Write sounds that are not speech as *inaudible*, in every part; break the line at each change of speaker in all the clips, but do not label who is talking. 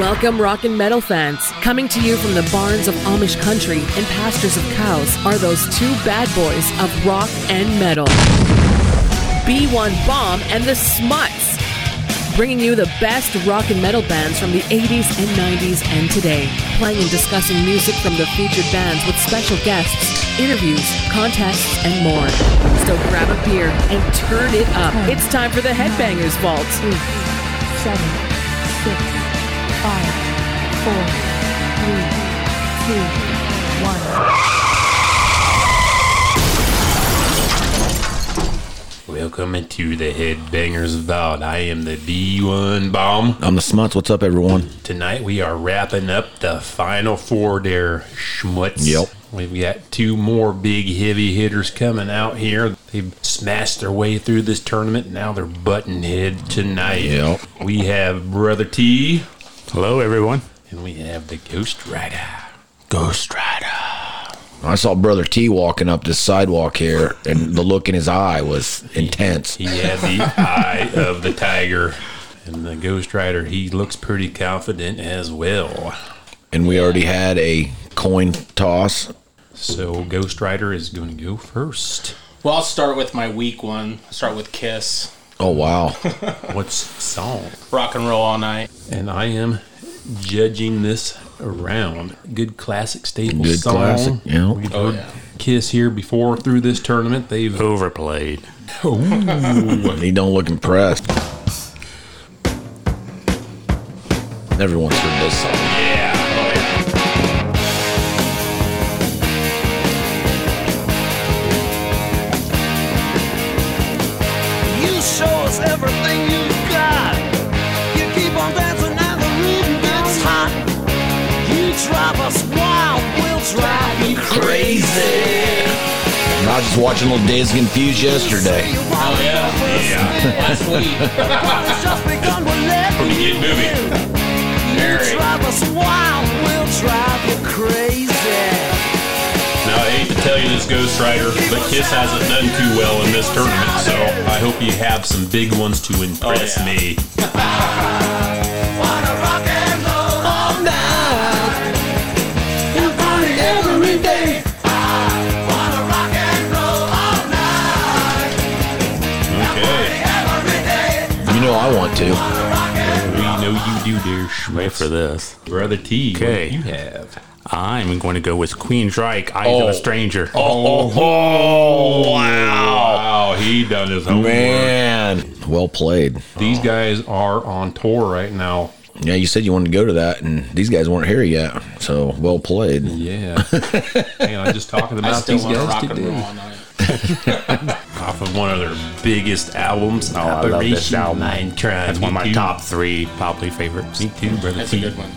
Welcome, rock and metal fans. Coming to you from the barns of Amish country and pastures of cows are those two bad boys of rock and metal B1 Bomb and the Smuts, bringing you the best rock and metal bands from the 80s and 90s and today. Playing and discussing music from the featured bands with special guests, interviews, contests, and more. So grab a beer and turn it up. It's time for the Headbangers Vault.
eight, seven, six, five, four, three, two, one.
Welcome into the Headbangers Vault. I am the B1 Bomb.
I'm the Smuts. What's up, everyone?
Tonight we are wrapping up the final four there, Schmutz.
Yep.
We've got two more big heavy hitters coming out here. They've smashed their way through this tournament. Now they're button head tonight.
Yep.
We have Brother T
Hello, everyone.
and we have the Ghost Rider.
Ghost Rider. I saw Brother T walking up this sidewalk here, and the look in his eye was intense.
He had the eye of the tiger. And the Ghost Rider, he looks pretty confident as well.
And we already had a coin toss.
So Ghost Rider is going to go first.
Well, I'll start with my weak one. I'll start with Kiss,
Oh,
*laughs*
wow.
What's song?
Rock and Roll
*laughs*
All Night.
And I am judging this round. Good classic staple
Good
song.
classic, yeah.
We've heard Kiss here before through this tournament. They've
Overplayed.
he don't look impressed. Everyone's heard this song.
You show us everything you've got. You keep on dancing and the rhythm gets hot. You drive us wild, we'll drive you crazy.
And I was just watching Little Days of Confused yesterday.
Oh yeah, uh,
Last week.
yeah. just begun to let you in. You
Very.
drive us wild, we'll drive you crazy.
now I hate to tell you this Ghost Rider, but Kiss hasn't done too well in this tournament. So I hope you have some big ones to impress
Oh, yeah.
me.
Wanna rock and roll all night. And party every day. I wanna rock and roll all night.
Okay,
Every day.
You know I want to.
we know you do, dear Schmidt.
Wait for this.
Brother T. what
Okay.
do you have.
I'm going to go with Queen Drake, Eyes of
Oh.
a Stranger.
Oh, wow! Wow, he done his homework.
Man. Well played.
These guys are on tour right now.
Yeah, you said you wanted to go to that, and these guys weren't here yet. So well
*laughs*
played.
Yeah. Man, I'm just talking
I
about
still
these
want to
guys
rock and roll
today.
all night.
Off of one of their biggest albums, oh,
I love this album.
Line Tribe.
That's one of
Me
my
too.
top three probably favorites.
Me too, brother.
That's a
T.
good one.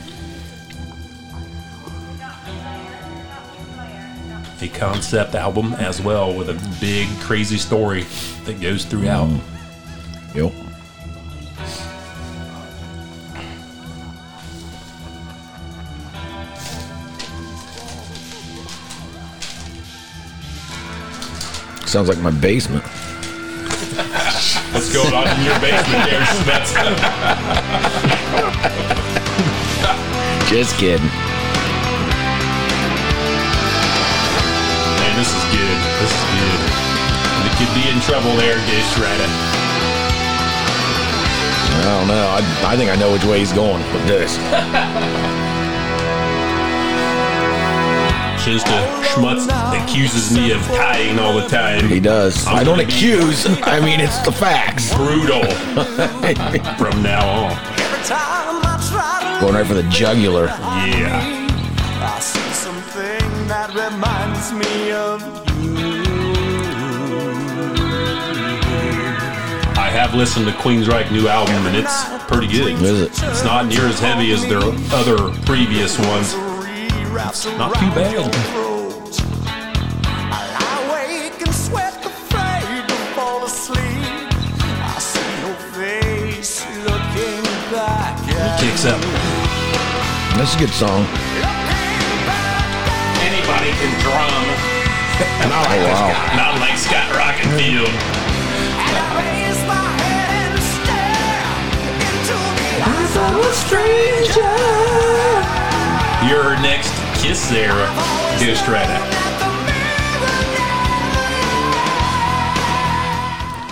A concept album as well with a big, crazy story that goes throughout.
Mm.
Yep. Sounds like my basement.
What's going on in your basement there, Schmetz?
Just kidding.
Man, this is good. This is good. You could be in trouble there, Dish Rider.
I don't know. I, I think I know which way he's going with this.
Shinsta Schmutz accuses me of tying all the time.
He does.
I'm
I don't
gonna be-
accuse. I mean, it's the facts.
Brutal from now on.
Every time I try to
Going right for the jugular.
Yeah.
I see something that reminds me of
I have listened to Queensryche new album and it's pretty good.
Is it?
It's not near as heavy as their other previous ones.
wraps
Not too bad.
throat. I lie awake and sweat, afraid to fall asleep. I see your face looking back at
Kicks up.
That's a good song.
Anybody can drum.
Oh, wow.
Not like Scott Rockenfield.
And I raise my head and stare into the eyes of
Your next Kiss there, Ghost Rider.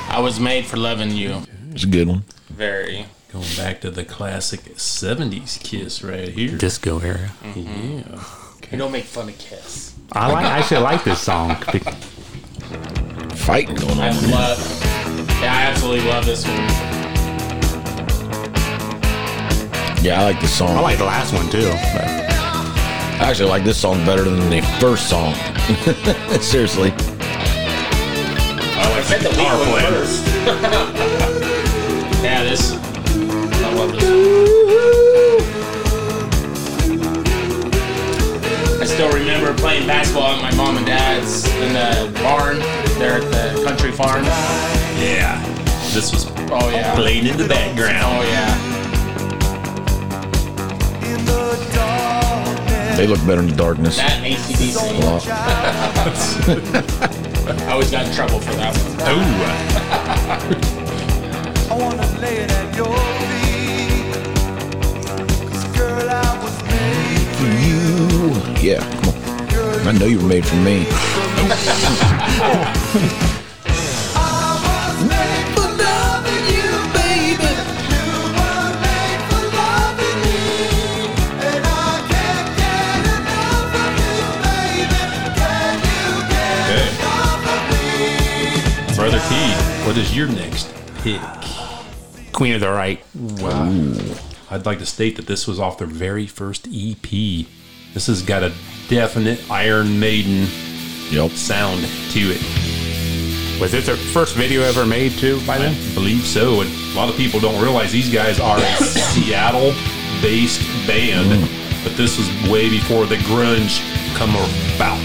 I was made for loving you.
It's a good one.
Very.
Going back to the classic 70s Kiss right here.
Disco era.
You don't make fun of Kiss.
I like. I actually like this song.
Fighting going
I
on.
love. Yeah, I absolutely love this one.
Yeah, I like this song.
I like the last one too. but-
I actually like this song better than the first song. *laughs* Seriously.
Oh, I said the weak one first. *laughs* yeah, this. I love this. I still remember playing basketball at my mom and dad's in the barn there at the country farm.
Yeah. This was
Oh yeah. Oh
played in the background.
yeah.
They look better in the darkness.
That ACDC.
Well,
I always got in trouble for that one.
Oh,
I wanna lay it at your feet. 'Cause girl, I was made for
yeah, come on. I know you were made for me.
made for loving you, baby. You were made for loving me. And I can't get enough of you, baby. Can you get
okay.
enough of me?
Brother T, what is your next pick?
Queen of the Right.
I'd like to state that this was off their very first EP. This has got a definite Iron Maiden
Yep.
sound to it.
Was this their first video ever made too? By
I
then.
believe so. And a lot of people don't realize these guys are a Seattle based band, but this was way before the grunge come about.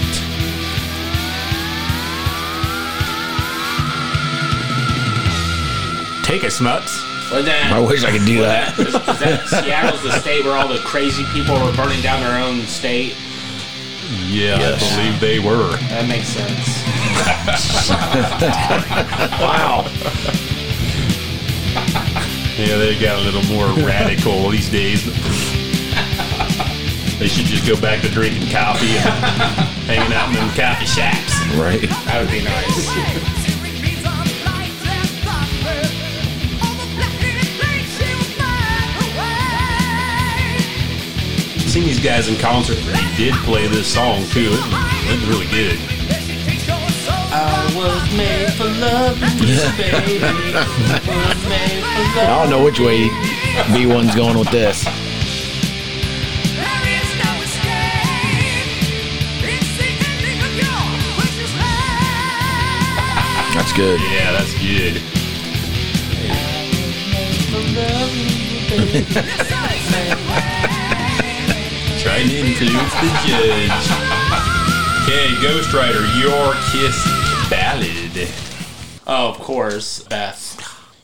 Take it, Smuts.
But then,
I wish I could do that.
Is that Seattle's the state where all the crazy people were burning down their own state.
Yeah, I believe they were.
That makes sense.
Wow. yeah, they got a little more radical these days. they should just go back to drinking coffee and hanging out in them coffee shops.
Right.
That would be nice.
Seen these guys in concert. They did play this song too. It was really good.
I was made for loving you, baby. was made for
I don't
loving
know which way B1's going with this.
*laughs*
That's good.
Yeah, that's good. Trying to influence the judge. Okay, Ghost Rider, your kiss ballad.
Oh, of course, Beth.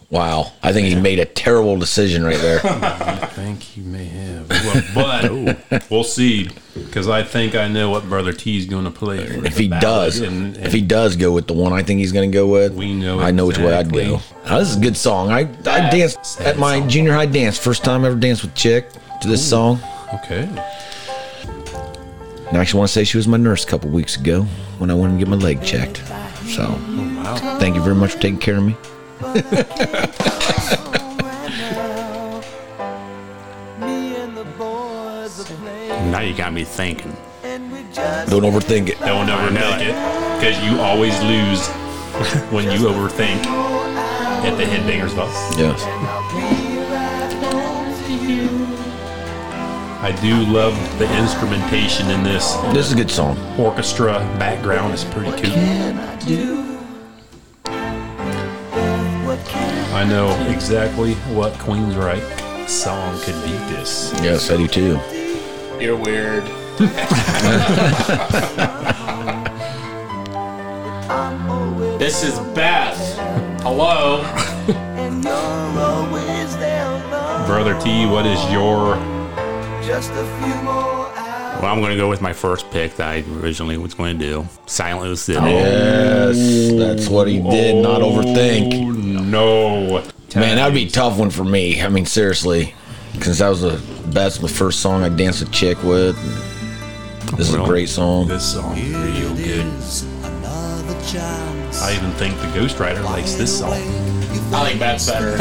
Wow. I think he made a terrible decision right *laughs* there.
I think you Oh. may have. *laughs* Well, but we'll see, because I think I know what Brother T's going to play. for
If
the
he
ballad,
does,
and- and
if he does go with the one I think he's going to go with,
We know
I know which way I'd go.
exactly.
Now, this is a good song. I, I danced at my junior high dance. First time I ever danced with chick to this song.
okay,
And I actually want to say she was my nurse a couple weeks ago when I went and get my leg checked. So, thank you very much for taking care of me.
Me and the boys are playing,
Now you got me thinking.
and we just
Don't overthink it.
don't overthink it, because you always lose when you overthink at the headbangers ball.
Yes.
I do love the instrumentation in this
This is a good song.
orchestra background is pretty cool.
what can
I know exactly what Queensryche song could be this.
Yes, I do too.
You're
*laughs*
weird. this is Beth. Hello.
and you're always there alone.
Brother T, what is your
Just a few more hours.
Well, I'm going to go with my first pick that I originally was going to do. Silent Lucid.
Oh,
Yes, that's what he did. Not overthink.
Oh, No.
Man, that'd be a tough one for me. I mean, seriously. Since that was the that's the first song I danced a chick with. This is a
Well,
great song.
This song is real good. I even think the ghostwriter likes this song.
I think that's better.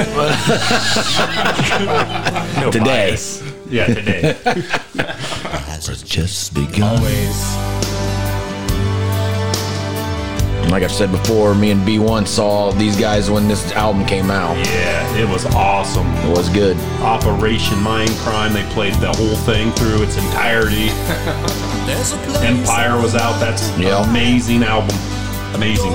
*laughs*
No
Today.
bias. Yeah, today.
Just begun.
Always.
Like I've said before, me and B1 saw these guys when this album came out.
Yeah, it was awesome.
It was good.
Operation Mind Crime. They played the whole thing through its entirety. Empire was out. That's an
Yeah.
amazing album. Amazing.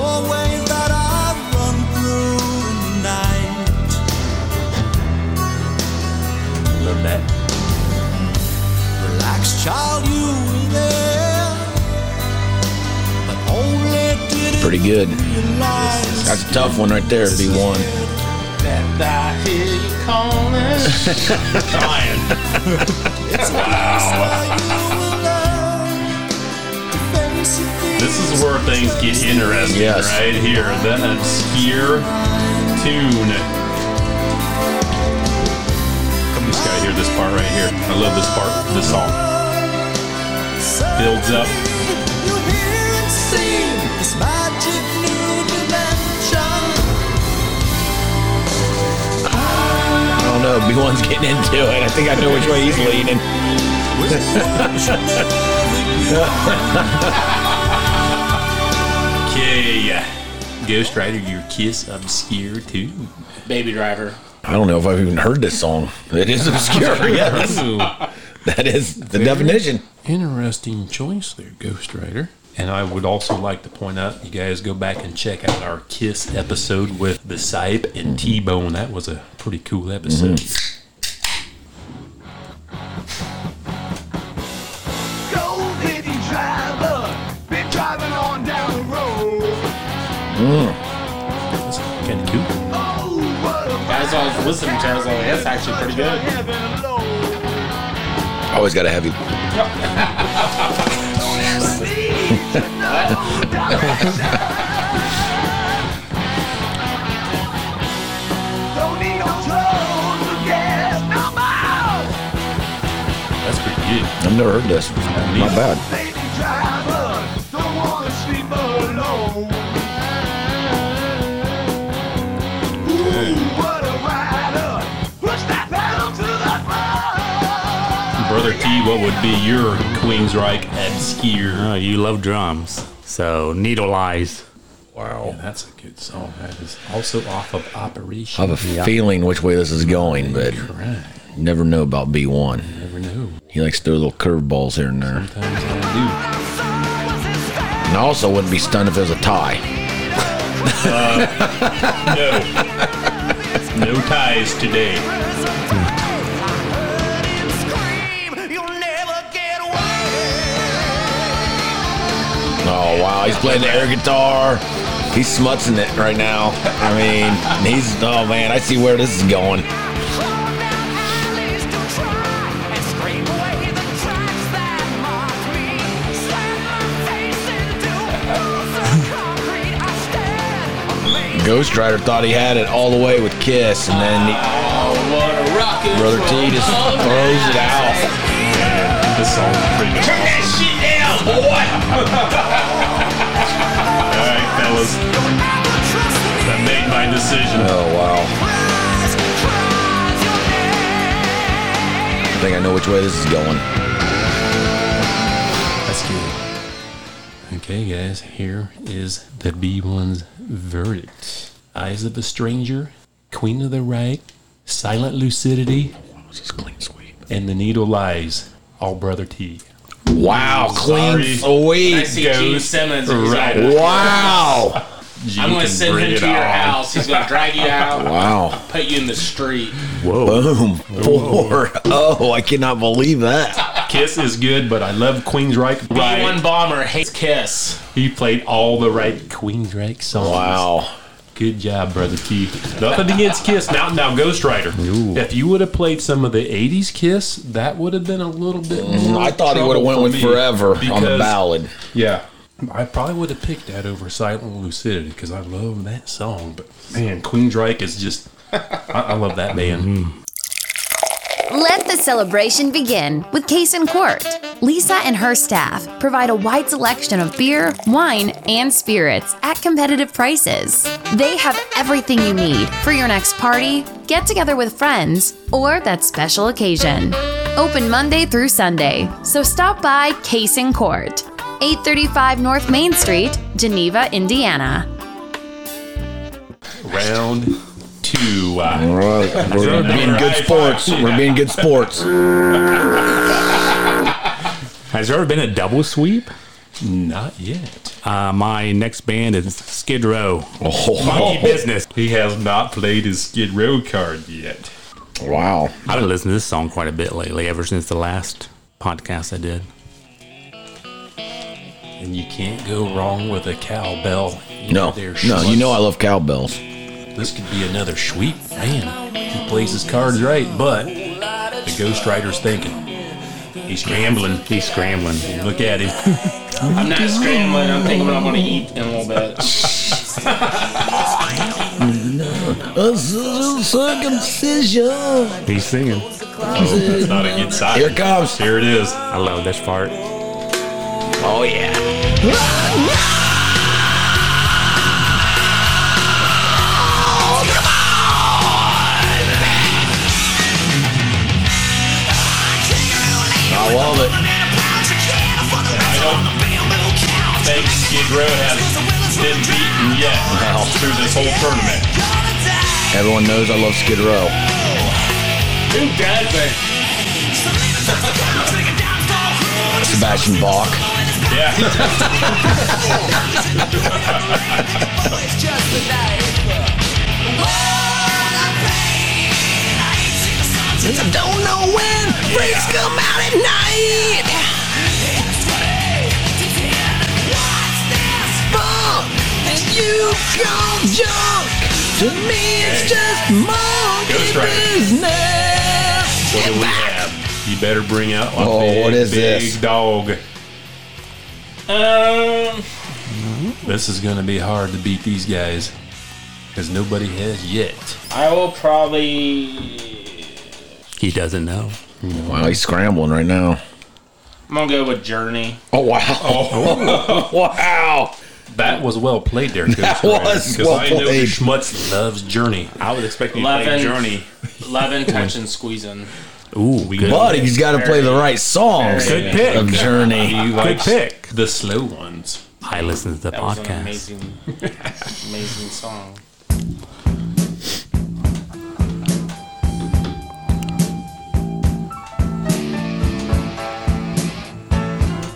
Love that.
Pretty good. That's a tough one right there, B1.
I hear you calling.
Trying. This is where things get interesting,
Yes.
right here. That obscure tune. Come, just gotta hear this part right here. I love this part. This song builds up.
I don't know. B1's getting into it. I think I know which way he's leaning.
Okay, Ghost Rider, your kiss obscure tune.
Baby Driver.
I don't know if I've even heard this song. It is obscure. *laughs* yes. That is the definition.
Interesting choice there, Ghost Rider. And I would also like to point out, you guys go back and check out our Kiss episode with the Sype and T Bone. That was a pretty cool episode. That's kind of cool.
As I was listening to it, I was like, that's actually pretty good.
Always got a heavy.
That's pretty good.
I've never heard this. Not bad.
Brother T, what would be your Queensryche obscure?
Oh, you love drums. So, Needle Eyes.
Wow,
Oh.
that's a good song. That is also off of
I
Operation.
have a feeling which way this is going, but you
Right,
never know about B1.
never know.
He likes to throw little curveballs here and there.
Sometimes I
And I also wouldn't be stunned if it was a tie.
do. No, no ties today.
Oh, wow. He's playing the air guitar. He's smutzing it right now. I mean, he's, oh man, I see where this is going. Ghost Rider thought he had it all the way with Kiss, and then he-
Oh, what a rock and
Brother T
roll
just
all
throws it
night.
out.
Yeah, this song is pretty good. Turn that shit down, boy! All right, fellas. I made my decision.
Oh, wow. I think I know which way this is going.
That's good. Okay, guys, here is the B1's verdict Eyes of a Stranger, Queen of the Right, Silent Lucidity, and The Needle Lies, all Brother T.
Wow, clean
I
sweep.
see Gene Simmons. and he's
Right.
like,
Wow.
I'm
can
going to send
bring
him
it
to your
on.
house. He's going to drag
*laughs*
you out,
Wow.
put you in the street.
Boom. Four. Oh, I cannot believe that.
Kiss is good, but I love Queensryche.
B1 Bomber hates Kiss.
He played all the right Queensryche songs.
Wow.
Good job, brother T. Nothing against Kiss. Now, now, Ghost Rider. If you would have played some of the '80s Kiss, that would have been a little bit. More
Mm, I thought he would have
trouble
went
for
with
me
Forever on the
because-
ballad.
Yeah, I probably would have picked that over Silent Lucidity because I love that song. But man, Queensryche is just. I, I love that band.
Let the celebration begin with Case and Court. Lisa and her staff provide a wide selection of beer, wine, and spirits at competitive prices. They have everything you need for your next party, get together with friends, or that special occasion. Open Monday through Sunday, so stop by Case and Court, 835 North Main Street, Geneva, Indiana.
Mm-hmm.
Round two.
uh,
All right. We're being good sports. We're being good
*laughs*
sports.
Has there ever been a double sweep?
Not yet.
Uh, my next band is Skid Row. Monkey
Oh.
Business.
He has not played his Skid Row card yet.
Wow.
I've been listening to this song quite a bit lately, ever since the last podcast I did.
And you can't go wrong with a cowbell.
No,
They're
no. You
schmucks.
know I love cowbells.
This could be another sweep. Man, he plays his cards right, but the Ghost Rider's thinking. He's scrambling.
He's scrambling.
Look at him. *laughs*
I'm not scrambling. I'm thinking what I'm gonna eat in a little bit.
*laughs*
Circumcision.
He's singing.
It's not a good sign.
Here it comes.
Here it is.
I love this part.
Oh yeah.
I love it.
Thanks, Skid Row has been beaten yet through this whole tournament.
Everyone knows I love Skid Row.
Who doesn't?
Sebastian Bach.
Yeah.
Don't know when freaks come out at night. Funk and you call junk. To me, it's just monkey
Ghost Rider.
business.
What do we have? You better bring out my
Oh,
big,
what is
big
this?
dog.
Um,
This is going to be hard to beat these guys because nobody has yet.
I will probably.
He doesn't know.
Wow, he's scrambling right now.
I'm gonna go with Journey.
Oh wow!
Oh.
*laughs* wow!
That was well played there, Coach. That
was well
I know
played.
Schmutz loves Journey.
I was expecting
Eleven. Loving, touching, squeezing.
Ooh, good,
But he's got to play the right songs.
good pick.
Of Journey.
He
Good
likes
pick.
the slow ones.
I *laughs* listen to the
That was an
podcast.
amazing, amazing song.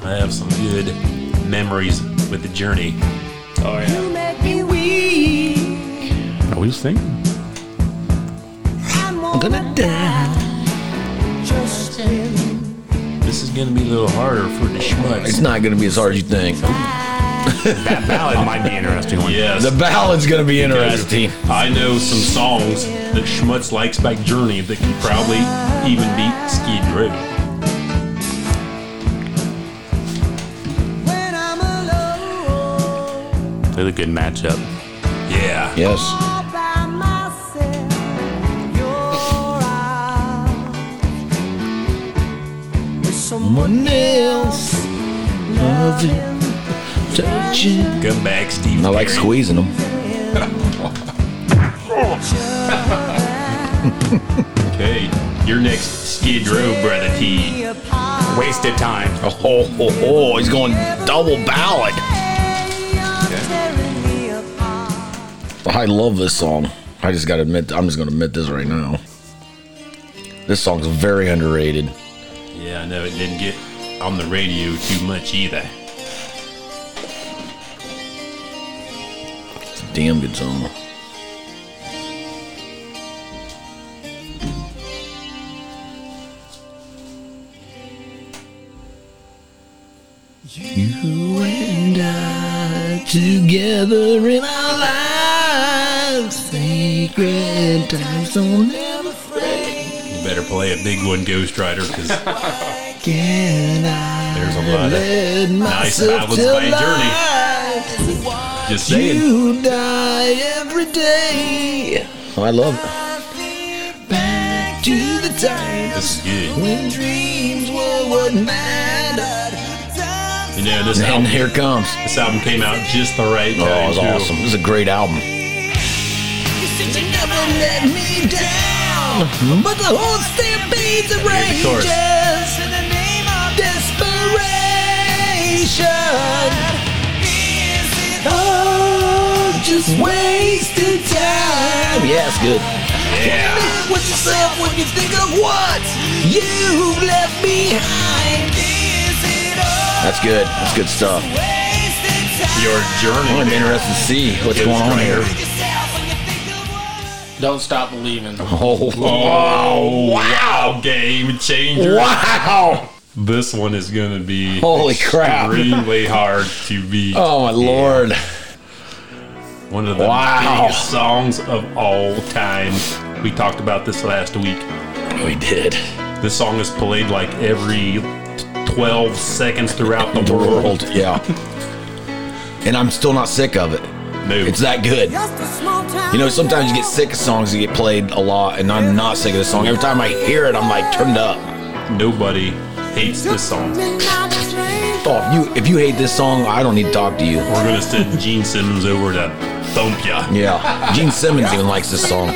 I have some good memories with the Journey.
Oh yeah.
Are we singing?
I'm gonna die.
This is going to be a little harder for the
It's
Schmutz.
not gonna be as hard as you think.
That ballad might be an interesting one.
Yes.
The ballad's gonna be interesting.
I know some songs that Schmutz likes by Journey that can probably even beat Skid Row.
It's a good matchup.
Yeah.
Yes. Someone else loving, touching.
Come back, Steve.
I like
Perry.
squeezing them.
Okay, your next Skid Row, brother T.
Wasted time.
Oh, oh, oh, oh, he's going double ballad. I love this song. I just gotta admit, I'm just gonna admit this right now. This song's very underrated.
Yeah, I know it didn't get on the radio too much either.
It's a damn good song. You and I together in our lives, sacred times don't ever fade.
You better play a big one, Ghost Rider, because
Can I
there's a lot of
let myself
ballads
to
by Journey.
life?
just saying.
You Oh, die every day. I love it. Back
to the times
This is good.
when dreams were what mattered.
You know, this
And
album
here it comes.
This album came out just the right
Oh,
time.
it was
too.
awesome. This is a great album.
You said you never let me down, but the whole stampede the
Here's the chorus.
rangers in the name of desperation. Oh, just wasted time.
Yeah, it's good.
Yeah.
with yourself when you think of what you left behind. Is it all
That's good. That's good stuff.
wasted time?
Your
Well, I'm
journey.
interested to see what's going on here.
Yourself when you think of what
Don't stop believing.
Oh,
Oh, wow. Game changer.
wow.
This one is going to be
Holy crap.
extremely hard to beat.
Oh, my Lord.
One of the
Wow.
biggest songs of all time. We talked about this last week.
We did.
This song is played like every 12 seconds throughout the
The
world.
world. Yeah. And I'm still not sick of it.
No.
It's that good. You know, sometimes you get sick of songs that get played a lot, and I'm not sick of this song. Every time I hear it, I'm like turned up.
Nobody hates this song.
Oh, if you if you hate this song, I don't need to talk to you.
We're going to send Gene Simmons over to thump ya.
Yeah, Gene Simmons even likes this song.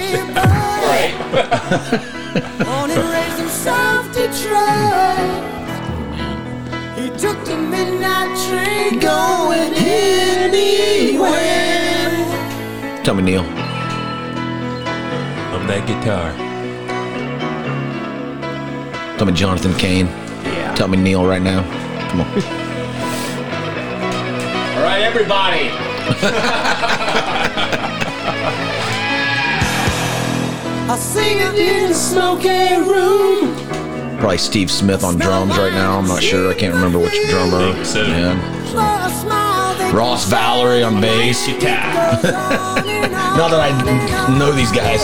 He took the midnight train going anywhere.
Tell me, Neil.
Of that guitar.
Tell me, Jonathan Kane. Yeah. Tell me, Neil, right now. Come on.
All right, everybody.
I sing it in the smoky room.
Probably Steve Smith on drums right now. I'm not sure. I can't remember which drummer.
Think so.
Yeah. Ross
Ross
Valerie on bass.
Guitar.
*laughs* Now that I know these guys.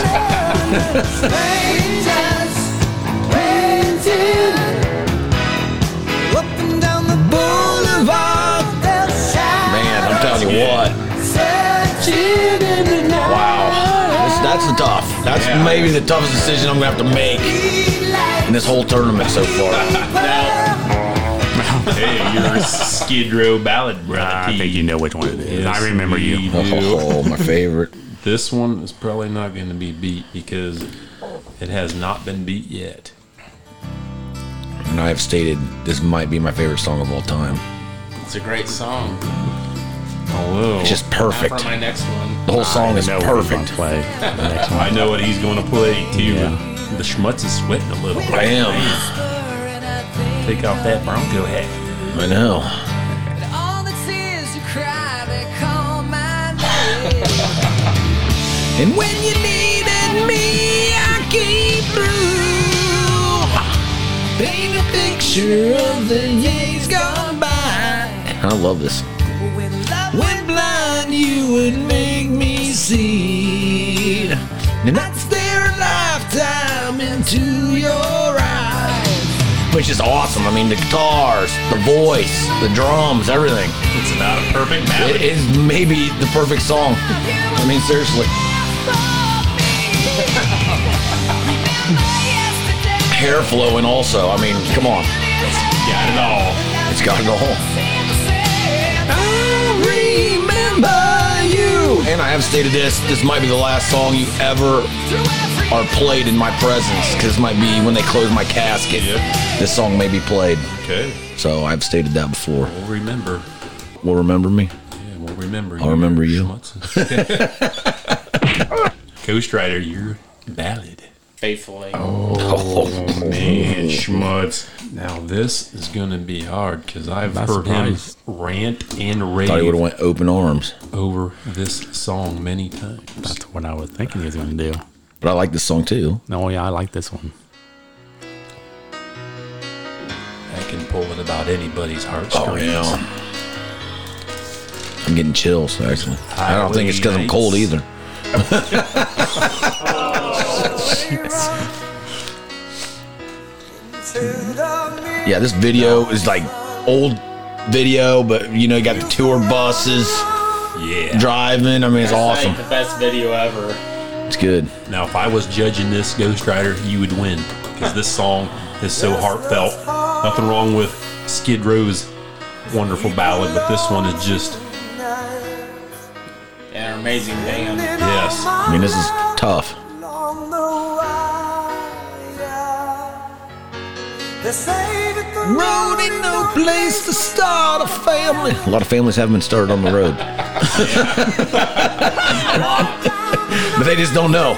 Man, I'm telling you what. Wow. This, that's the tough. That's
Yeah.
maybe the toughest decision I'm going to have to make in this whole tournament so far.
*laughs*
Hey, you're a Skid Row ballad, brother.
I think you know which one it is.
Yes,
I remember you.
we do.
Oh, my favorite.
This one is probably not going to be beat because it has not been beat yet.
And I have stated this might be my favorite song of all time.
It's a great song.
Although
It's just
Now
perfect.
for my next one.
The whole song is
I know what he's
perfect.
gonna Play. The next one.
I know what he's going to play too.
Yeah.
The schmutz is sweating a little.
I am.
Take off that Bronco hat.
I know. And when you needed me, I came through. Paint a picture of the years gone by. I love this. When blind, you would make me see. And I'd stare a lifetime into your eyes. Which is awesome. I mean, the guitars, the voice, the drums, everything.
It's about a perfect
It
ballad.
is maybe the perfect song. I mean, seriously. Hair flowing, also. I mean, come on.
Got it all.
It's got to go home. I remember you. And I have stated this this might be the last song you ever are played in my presence because might be when they close my casket. This song may be played.
Okay.
So I've stated that before.
We'll remember.
Will remember me?
Yeah, we'll remember.
I'll remember you.
schmutz. *laughs* Ghost Rider, your ballad.
Faithfully.
Oh,
Man, schmutz. Now this is going to be hard because I've
Not
heard
surprised.
him rant and rave.
Thought he would have went open arms.
over this song many times.
That's what I was thinking he was going to do.
But I like this song too.
No, yeah, I like this one.
I can pull it about anybody's heartstrings.
Oh yeah. I'm getting chills actually. I don't think it's because I'm cold either. Yeah, this video is like old video, but you know, you got the tour buses
Yeah.
driving. I mean, it's
That's like
awesome.
the best video ever.
It's good.
Now, if I was judging this Ghost Rider, you would win because this song is so heartfelt. Nothing wrong with Skid Row's wonderful ballad, but this one is just
An amazing band.
yes.
I mean, this is tough.
They say that the
Road ain't no place to start a family.
A lot of families haven't been started on
*laughs*
the road, but they just don't know.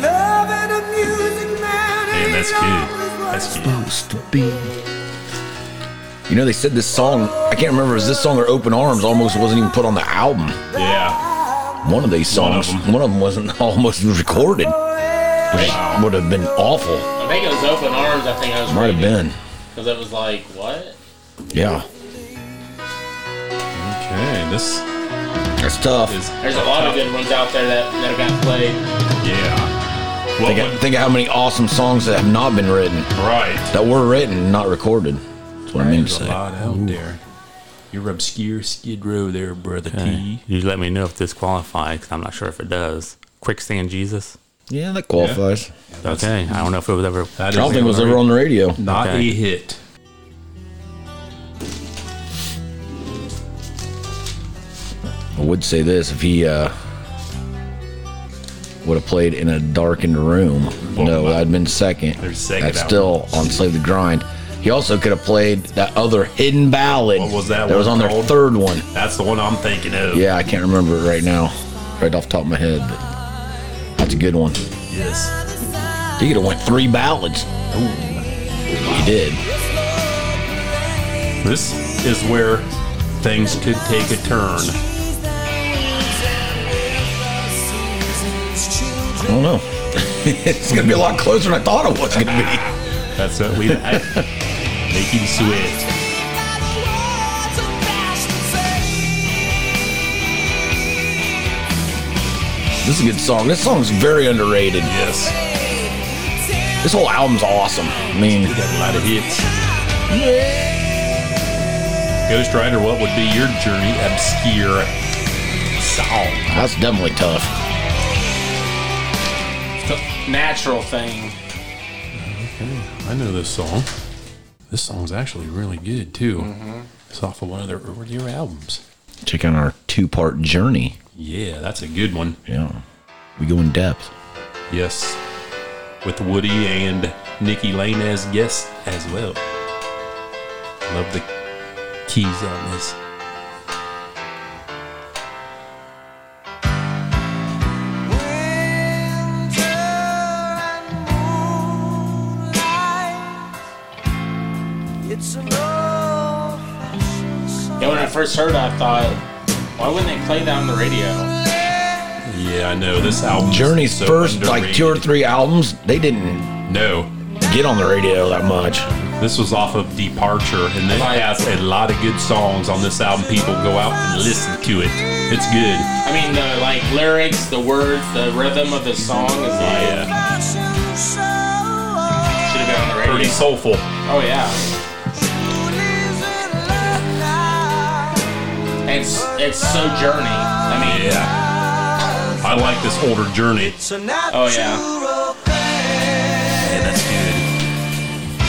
love and the music man
Damn, that's
ain't
good.
always
That's good.
You know, they said this song. I can't remember. Is this song or Open Arms? Almost wasn't even put on the album.
Yeah.
One of these
One of
songs.
them.
One of them wasn't *laughs* almost recorded, which would have been awful.
I think it was Open Arms. I think I was
Might have been.
because it was like what?
Yeah,
Okay, this
that's tough.
is.
There's a lot of good ones out there that that got played.
Yeah. Well,
Think,
when-
think of how many awesome songs that have not been written,
right.
that were written and not recorded. That's what I mean to
There's a
say.
lot out there. You're obscure Skid Row there, brother T.
You let me know if this qualifies, 'cause I'm not sure if it does. Quicksand Jesus.
Yeah, that qualifies.
Okay, I don't know if it was ever.
I don't think it was ever on the radio.
Not
Okay.
a hit.
I would say this if he uh, would have played in a darkened room, no, I'd been second.
There's second
That's
out.
still on Slave the Grind. He also could have played that other hidden ballad.
What was that
That was
one
on their
called?
third one.
That's the one I'm thinking of.
Yeah, I can't remember it right now, right off the top of my head. But that's a good one.
Yes.
He could have went three ballads. He did.
This is where things could take a turn.
I don't know. *laughs* it's gonna be a lot closer than I thought it was gonna be.
That's what
*laughs*
we like. Make him sweat.
This is a good song. This song's very underrated.
Yes.
This whole album's awesome. I mean,
We got a lot of hits. Ghost Rider, what would be your journey obscure song?
that's definitely tough.
Natural thing.
I know this song. This song's actually really good too. It's off of one of their earlier albums.
Check out our two-part journey.
Yeah, that's a good one.
Yeah, we go in depth.
Yes, with Woody and Nikki Lane as guests as well. Love the keys on this.
It's an old
Yeah, when I first heard, it, I thought, why wouldn't they play that on the radio?
Yeah, I know this album.
Journey's first like two or three albums, they didn't
No,
get on the radio that much.
this was off of Departure, and it has a lot of good songs on this album. People go out and listen to it. It's good.
I mean, the like lyrics, the words, the rhythm of the song is like
Yeah,
fashioned show.
should have been on the radio.
pretty soulful.
Oh yeah,
Who lives in love now?
and it's it's so journey. I mean,
Yeah, I like this older Journey.
It's a natural
Oh,
thing.
Yeah, that's good.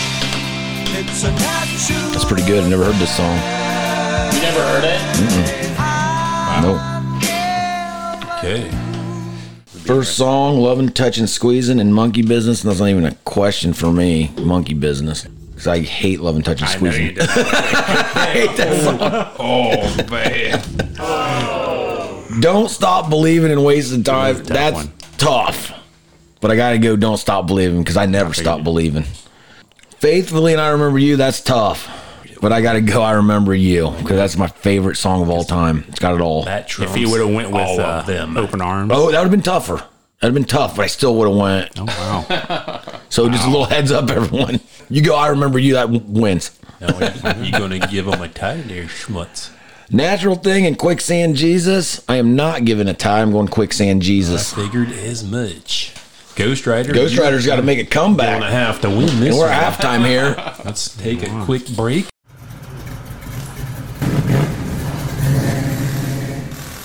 It's a natural
That's pretty good. I never heard this song.
you never heard it?
No.
Okay.
First song, loving, touching, squeezing, and monkey business. And that's not even a question for me. Monkey business, because I hate loving, touching, squeezing. *laughs*
*laughs*
Oh man.
Don't stop believing and wasting time.
tough
That's
one.
tough. But I gotta go. Don't stop believing because I never stop believing. Faithfully and I remember you. That's tough. But I gotta go. I remember you because that's my favorite song of all time. It's got it all.
That trumps
If you would have went with
all
uh,
of them.
Open Arms.
Oh, that would have been tougher. That'd have been tough, but I still would have went.
Oh, wow.
So just a little heads up, everyone. You go. I remember you. That w- wins.
Now, you gonna give them a tie there, schmutz?
Natural thing and quicksand Jesus. I am not giving a tie. I'm going quicksand Jesus.
Figured as much. Ghost Rider.
Ghost Rider's got to make a
You're gonna
comeback.
have to win this.
And we're
one.
at halftime
*laughs*
here.
Let's take a quick break.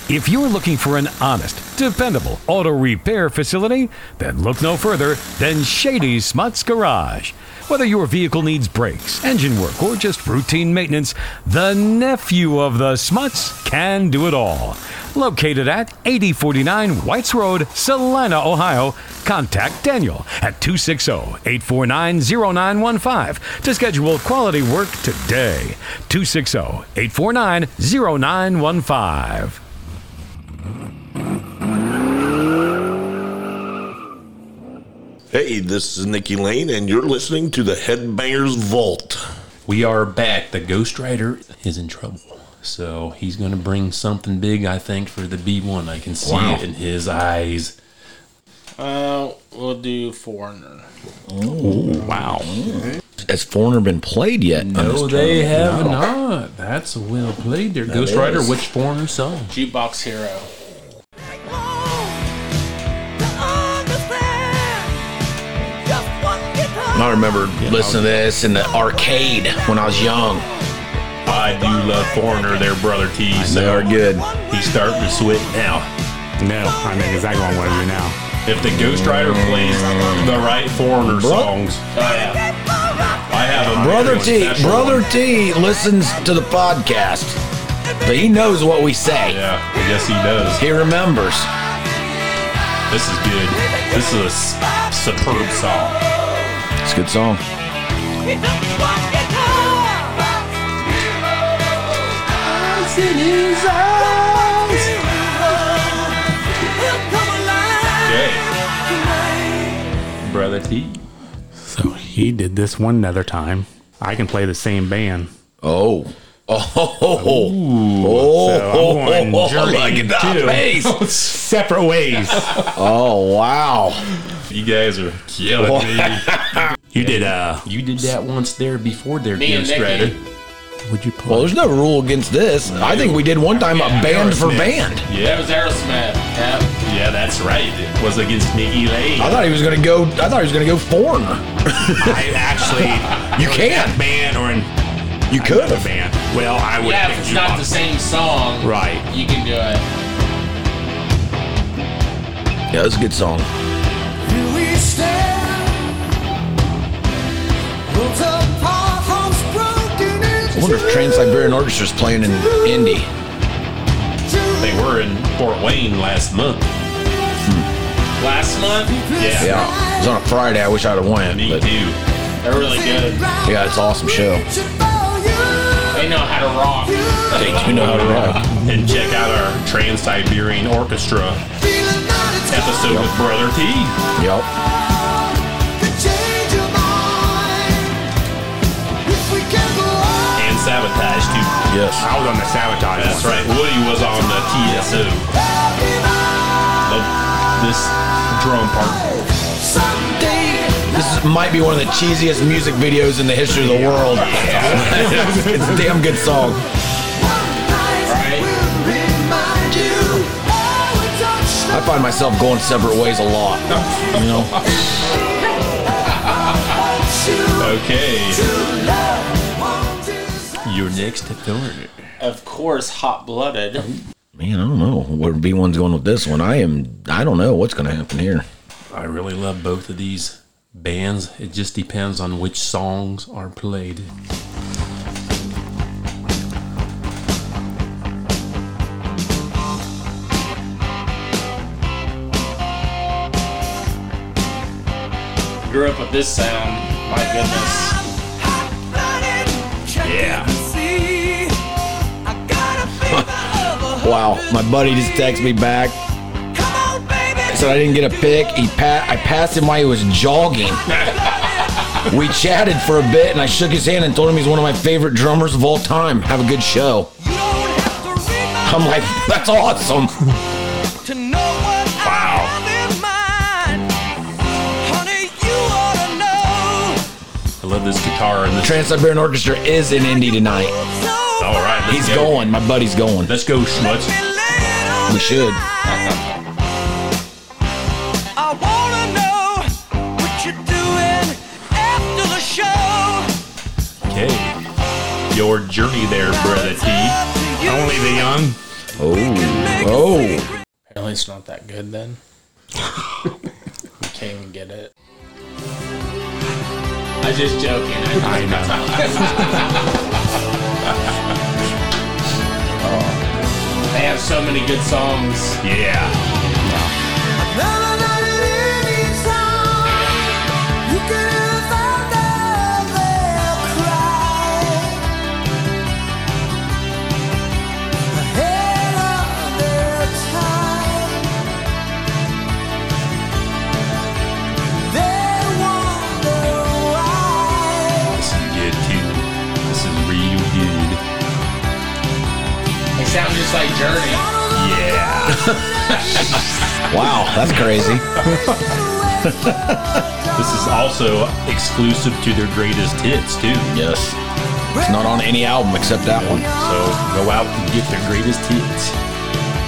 If you're *laughs* looking for an honest, dependable auto repair facility, then look no further than Shady Smuts Garage. Whether your vehicle needs brakes, engine work, or just routine maintenance, the nephew of the Smuts can do it all. Located at 8049 Whites Road, Salina, Ohio, contact Daniel at oh, 260 849 0915 to schedule quality work today. oh, 260 849 0915.
Hey, this is Nikki Lane, and you're listening to the Headbangers Vault.
We are back. The Ghost Rider is in trouble. So he's going to bring something big, I think, for the B1. I can see
Wow.
it in his eyes.
Uh, we'll do foreigner.
wow. Has Foreigner been played yet? on this
No, they
tournament?
have
No.
not. That's well played there,
That
Ghost Rider.
is.
Which foreigner song?
Jukebox hero.
I remember listening to this in the arcade when I was young.
I do love Foreigner, their brother T.
They are good.
He's starting to sweat now.
No, I know exactly what I'm going to do now.
If the Ghost Rider plays the right foreigner songs, oh, yeah. I have a
Brother
very
T,
special
Brother
one.
T listens to the podcast, so he knows what we say.
Yeah, I guess he does.
He remembers.
This is good. This is a s- superb song.
It's a good song.
Brother T.
So he did this one another time. I can play the same band.
Oh. Oh, ho, ho, ho.
so
oh,
I'm going
oh,
Journey
look at that
two.
face.
separate ways.
oh wow!
You guys are killing me.
You did uh
You did that once there before there,
Me and
Ghost Rider.
Nikki.
would you play
Well, there's no rule against this. I think we did one time a band for
Aerosmith.
band.
That
Yeah,
was Aerosmith. Yep.
yeah, that's right. It was against Nikki Lane.
I thought he was gonna go. I thought he was gonna go foreigner.
I actually
You can.
band or in
You could have.
band. Well I would
Yeah, if it's not the same song,
Right.
You can do it.
Yeah, that's a good song. I wonder if Trans Siberian Orchestra's playing in Indy.
They were in Fort Wayne last month.
Last month,
Yeah,
Yeah, it was on a Friday. I wish I'd have went,
me
but
too.
they're really good.
yeah, it's an awesome show.
They know how to rock.
They do know how to rock.
And check out our Trans Siberian Orchestra episode with Brother T.
Yep.
And Sabotage too.
Yes.
I was on the sabotage.
That's right. Woody was on the TSO. Love Oh, this drum part.
This is- might be one of the cheesiest music videos in the history of the world. *laughs* it's a damn good song. I find myself going separate ways a lot. You know,
Okay. Your next foreigner.
Of course, hot blooded.
man, I don't know where B one's going with this one. I am. I don't know what's going to happen here.
I really love both of these bands. It just depends on which songs are played.
Grew up with this sound. My goodness.
Wow, my buddy just texted me back. Said I didn't get a pick. He pa- I passed him while he was jogging. we chatted for a bit, and I shook his hand and told him he's one of my favorite drummers of all time. Have a good show. I'm like, that's awesome.
I love this guitar and this.
Trans Siberian Orchestra is in Indy tonight.
All right, let's
He's
go.
going. My buddy's going.
Let's go, Schmutz.
We should.
Uh-huh. I wanna know what you're doing after the show.
Okay. Your journey there, Brother E. T.
Only the young.
Oh, oh.
Apparently, it's not that good then. *laughs* we can't even get it. I was just joking. *laughs* I know. they have so many good songs. Yeah.
*laughs*
*laughs*
This is good too. This is real good.
They sound just like Journey.
Yeah.
Wow, that's crazy.
this is also exclusive to their greatest hits too.
Yes. It's not on any album except that one.
So go out and get their greatest hits.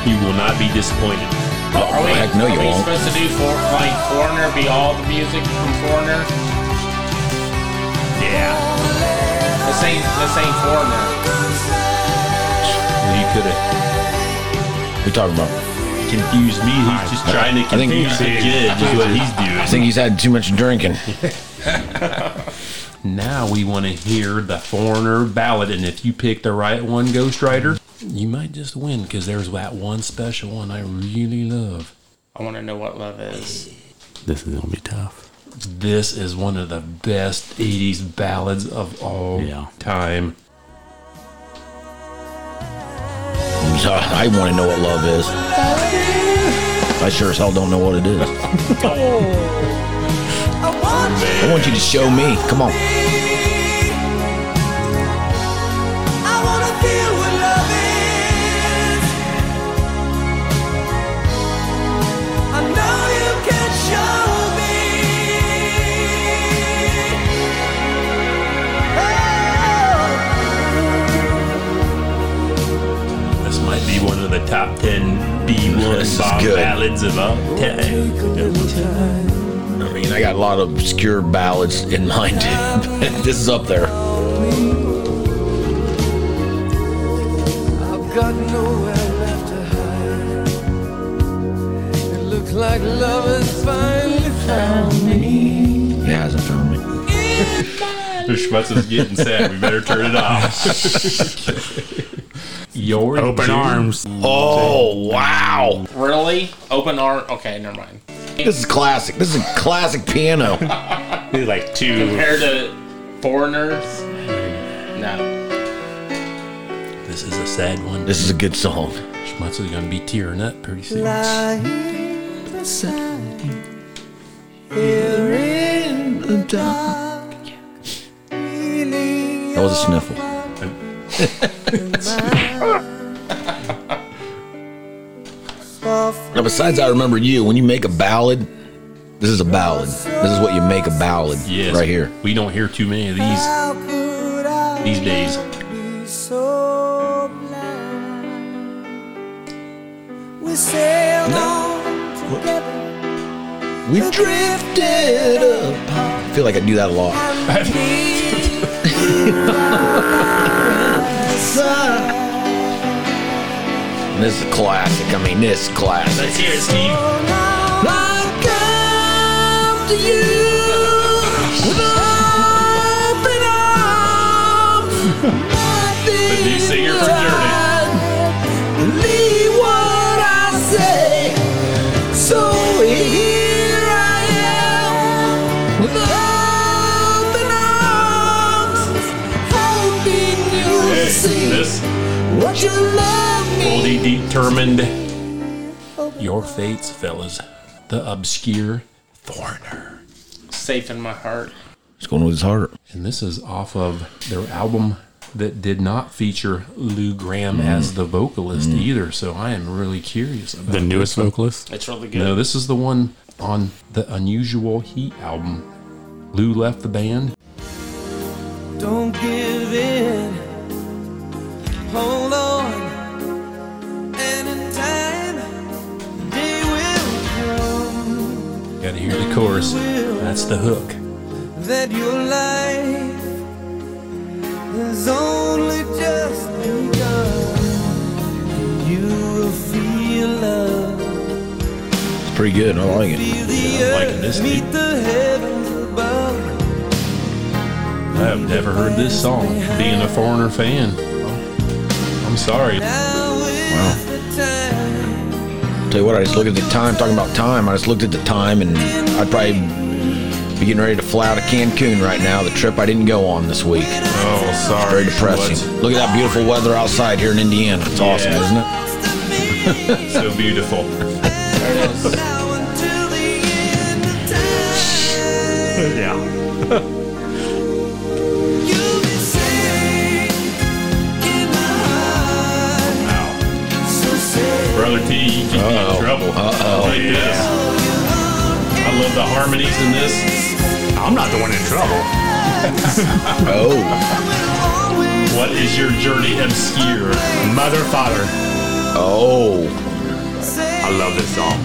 You will not be disappointed.
Oh, heck no, you
Are we
won't.
supposed to do for, like Foreigner be all the music from Foreigner?
Yeah.
The same, the same Foreigner.
You could have
Who you talking about?
confused me. He's just trying to
I think-
confuse the kid with what he's doing.
I think he's had too much drinking.
Now we want to hear the foreigner ballad, and if you pick the right one, Ghost Rider, you might just win because there's that one special one I really love.
I want to know what love is.
This is gonna be tough. This is one of the best '80s ballads of all time.
I'm sorry, I want to know what love is. I sure as hell don't know what it is. I want you to show me. Come on.
I know you can show me. Oh.
This might be one of the top ten B1
This is
Bob
good.
ballads of all time.
I mean, I got a lot of obscure ballads in mind. *laughs* this is up there.
I've got nowhere left to hide. It looks like love has finally found me.
It hasn't found me.
The schmutz is getting sad. We better turn it off. *laughs* Your
Open arms.
Oh wow!
Really? Open arm? Okay, never mind.
This is classic. This is classic piano.
like
Compared to Foreigners, no.
This is a sad one.
This is a good song.
Schmutz is gonna be tearing up pretty soon.
Lying beside you here in the dark.
That was a sniffle. now, besides, I remember you. When you make a ballad, this is a ballad. This is what you make a ballad.
Yes.
Right here.
We don't hear too many of these these days.
be so blind. We sailed on together.
We
drifted apart.
I feel like I do that a lot. *laughs* And this is a classic. I mean, this is classic.
Let's hear it, Steve.
Like after you with open arms.
The new singer from Journey.
Believe what I say. So here I am with open arms, hoping you'll
Hey,
see
this
what you love me.
fully determined. Your fates, fellas. The obscure foreigner.
Safe in my heart.
It's going with his heart.
And this is off of their album that did not feature Lou Graham as the vocalist either. So I am really curious about
The newest
this.
vocalist?
It's really good.
No, this is the one on the Unusual Heat album. Lou left the band.
Don't give in. Hold on. And in time, they will come
Gotta hear the chorus. That's the hook.
that your life has only just begun. You
pretty good. I like it.
I'm liking this. Dude.
The heavens above.
I have never heard this song. Being a foreigner fan, Oh, I'm sorry.
Wow. Tell you what, I just looked at the time. Talking about time, I just looked at the time, and I'd probably be getting ready to fly out of Cancun right now. The trip I didn't go on this week.
Oh, sorry.
very depressing. Look at that beautiful weather outside here in Indiana. It's awesome, isn't it?
so beautiful.
yeah.
Brother T, you keep me in trouble. Uh-oh. Like this. I love the harmonies in this. I'm not the one in trouble.
oh.
What is your journey obscure? Mother, father.
Oh.
I love this song.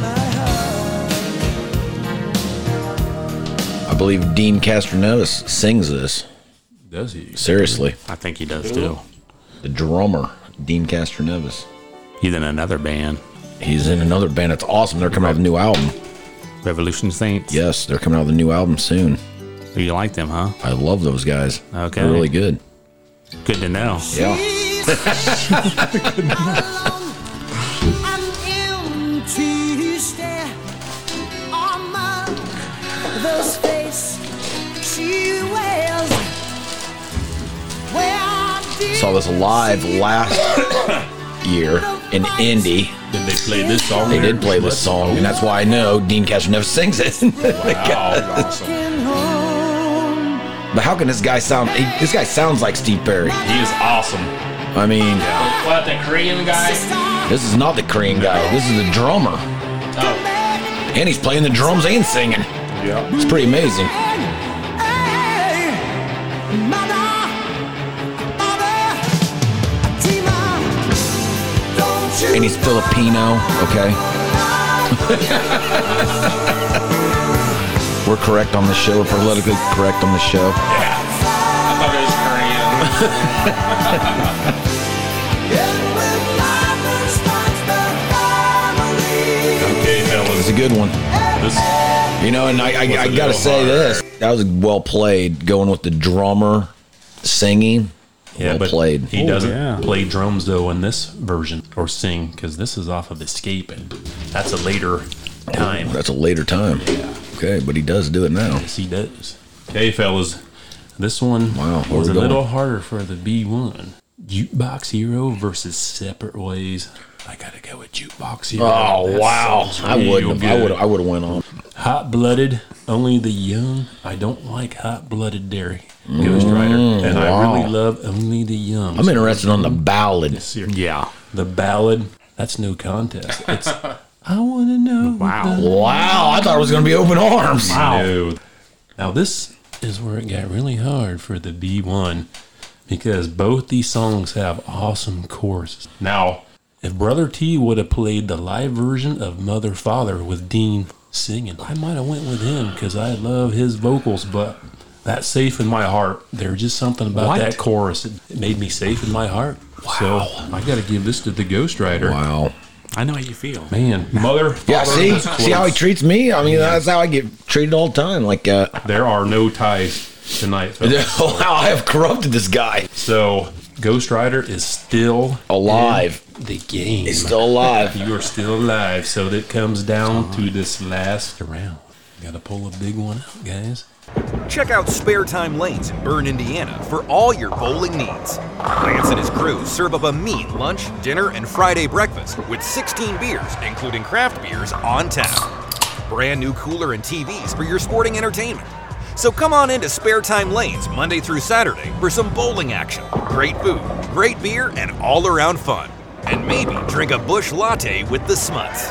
I believe Dean Castroneves sings this.
Does he?
Seriously.
I think he does too.
The drummer, Dean Castroneves.
He's in another band.
He's in another band. It's awesome. They're coming out with a new album.
Revolution Saints. Oh,
Yes, they're coming out with a new album soon.
You like them, huh?
I love those guys.
Okay.
They're really good.
Good to know.
Yeah. Saw this live last *coughs* year in Indy.
Did they play this song?
They
there?
did play this song, and that's why I know Dean Castroneves sings it. *laughs*
Wow,
But how can this guy sound? He, this guy sounds like Steve Perry.
He is awesome.
I mean,
What, the Korean guy?
this is not the Korean guy. This is the drummer,
Oh.
and he's playing the drums and singing.
Yeah,
it's pretty amazing. And he's Filipino. Okay. *laughs* We're correct on the show. We're politically correct on the show.
I thought it was Korean.
Okay, fellas.
It's a good one. you know, and I,
Was a
I, I
little
gotta say this. That was well played. Going with the drummer singing.
Yeah,
well
but
played.
he doesn't play drums though in this version or sing because this is off of Escape, and that's a later time.
That's a later time. Okay, but he does do it now.
Yes, he does. Okay, fellas, this one
Wow, where
was
we
a
going?
little harder for the B1. Jukebox Hero versus Separate Ways. I gotta go with Jukebox Hero.
Oh
That
wow!
song's
I
real
wouldn't. Have, I
good.
would. I would have went on.
Hot blooded, only the young. I don't like hot blooded dairy. Ghost Rider.
Mm,
And
wow.
I really love only the young.
I'm interested on the ballad.
Yeah.
The ballad, that's no contest.
*laughs*
It's I want to know.
Wow.
Wow, I thought it was gonna be open arms.
Wow. Now this is where it got really hard for the B1 because both these songs have awesome choruses. Now, if Brother T would have played the live version of Mother Father with Dean singing, I might have went with him because I love his vocals, but that's safe in my heart. There's just something about
What?
that chorus. It it made me safe in my heart. So I got to give this to the Ghost Rider.
Wow.
I know how you feel.
Man, mother.
Yeah,
father,
see,
that's
see how he
close.
treats me. I mean, that's how I get treated all the time. Like, *laughs* uh,
There are no ties tonight.
*laughs*
fellas.
wow, I have corrupted this guy.
So Ghost Rider is still
Alive.
in the game.
He's still alive.
you are still alive. So it comes down to this last round. Got to pull a big one out, guys.
Check out Spare Time Lanes in Burn, Indiana for all your bowling needs. Lance and his crew serve up a mean lunch, dinner, and Friday breakfast with 16 beers, including craft beers, on tap. Brand new cooler and TVs for your sporting entertainment. So come on into Spare Time Lanes Monday through Saturday for some bowling action, great food, great beer, and all around fun. And maybe drink a bush latte with the smuts.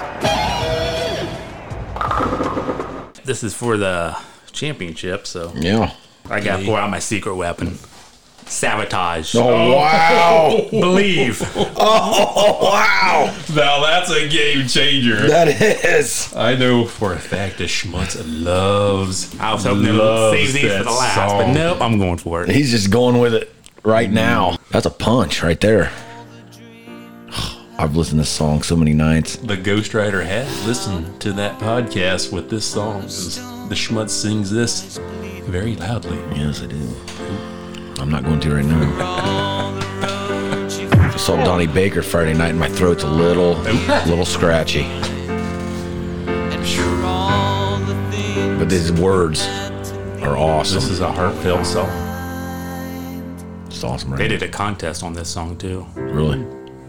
This is for the championship, so
Yeah.
I gotta pour out my secret weapon. Sabotage.
Oh,
*laughs*
wow.
Believe.
Oh wow!
Now that's a game changer.
That is.
I know for a fact that Schmutz loves.
I was hoping they would
loves
save these for
that
the last, but
song.
nope, I'm going for it.
Mm-hmm. *sighs* He's just going with it right now. That's a punch right there.
I've listened to this song so many nights.
The Ghost Rider has listened to that podcast with this song. 'cause The schmutz sings this very loudly.
Yes, I do. I'm not going to right now. *laughs* I saw Donnie Baker Friday night, and my throat's a little, little scratchy. But these words are awesome.
This is a heartfelt song.
It's awesome, right?
They did a contest on this song too.
Really?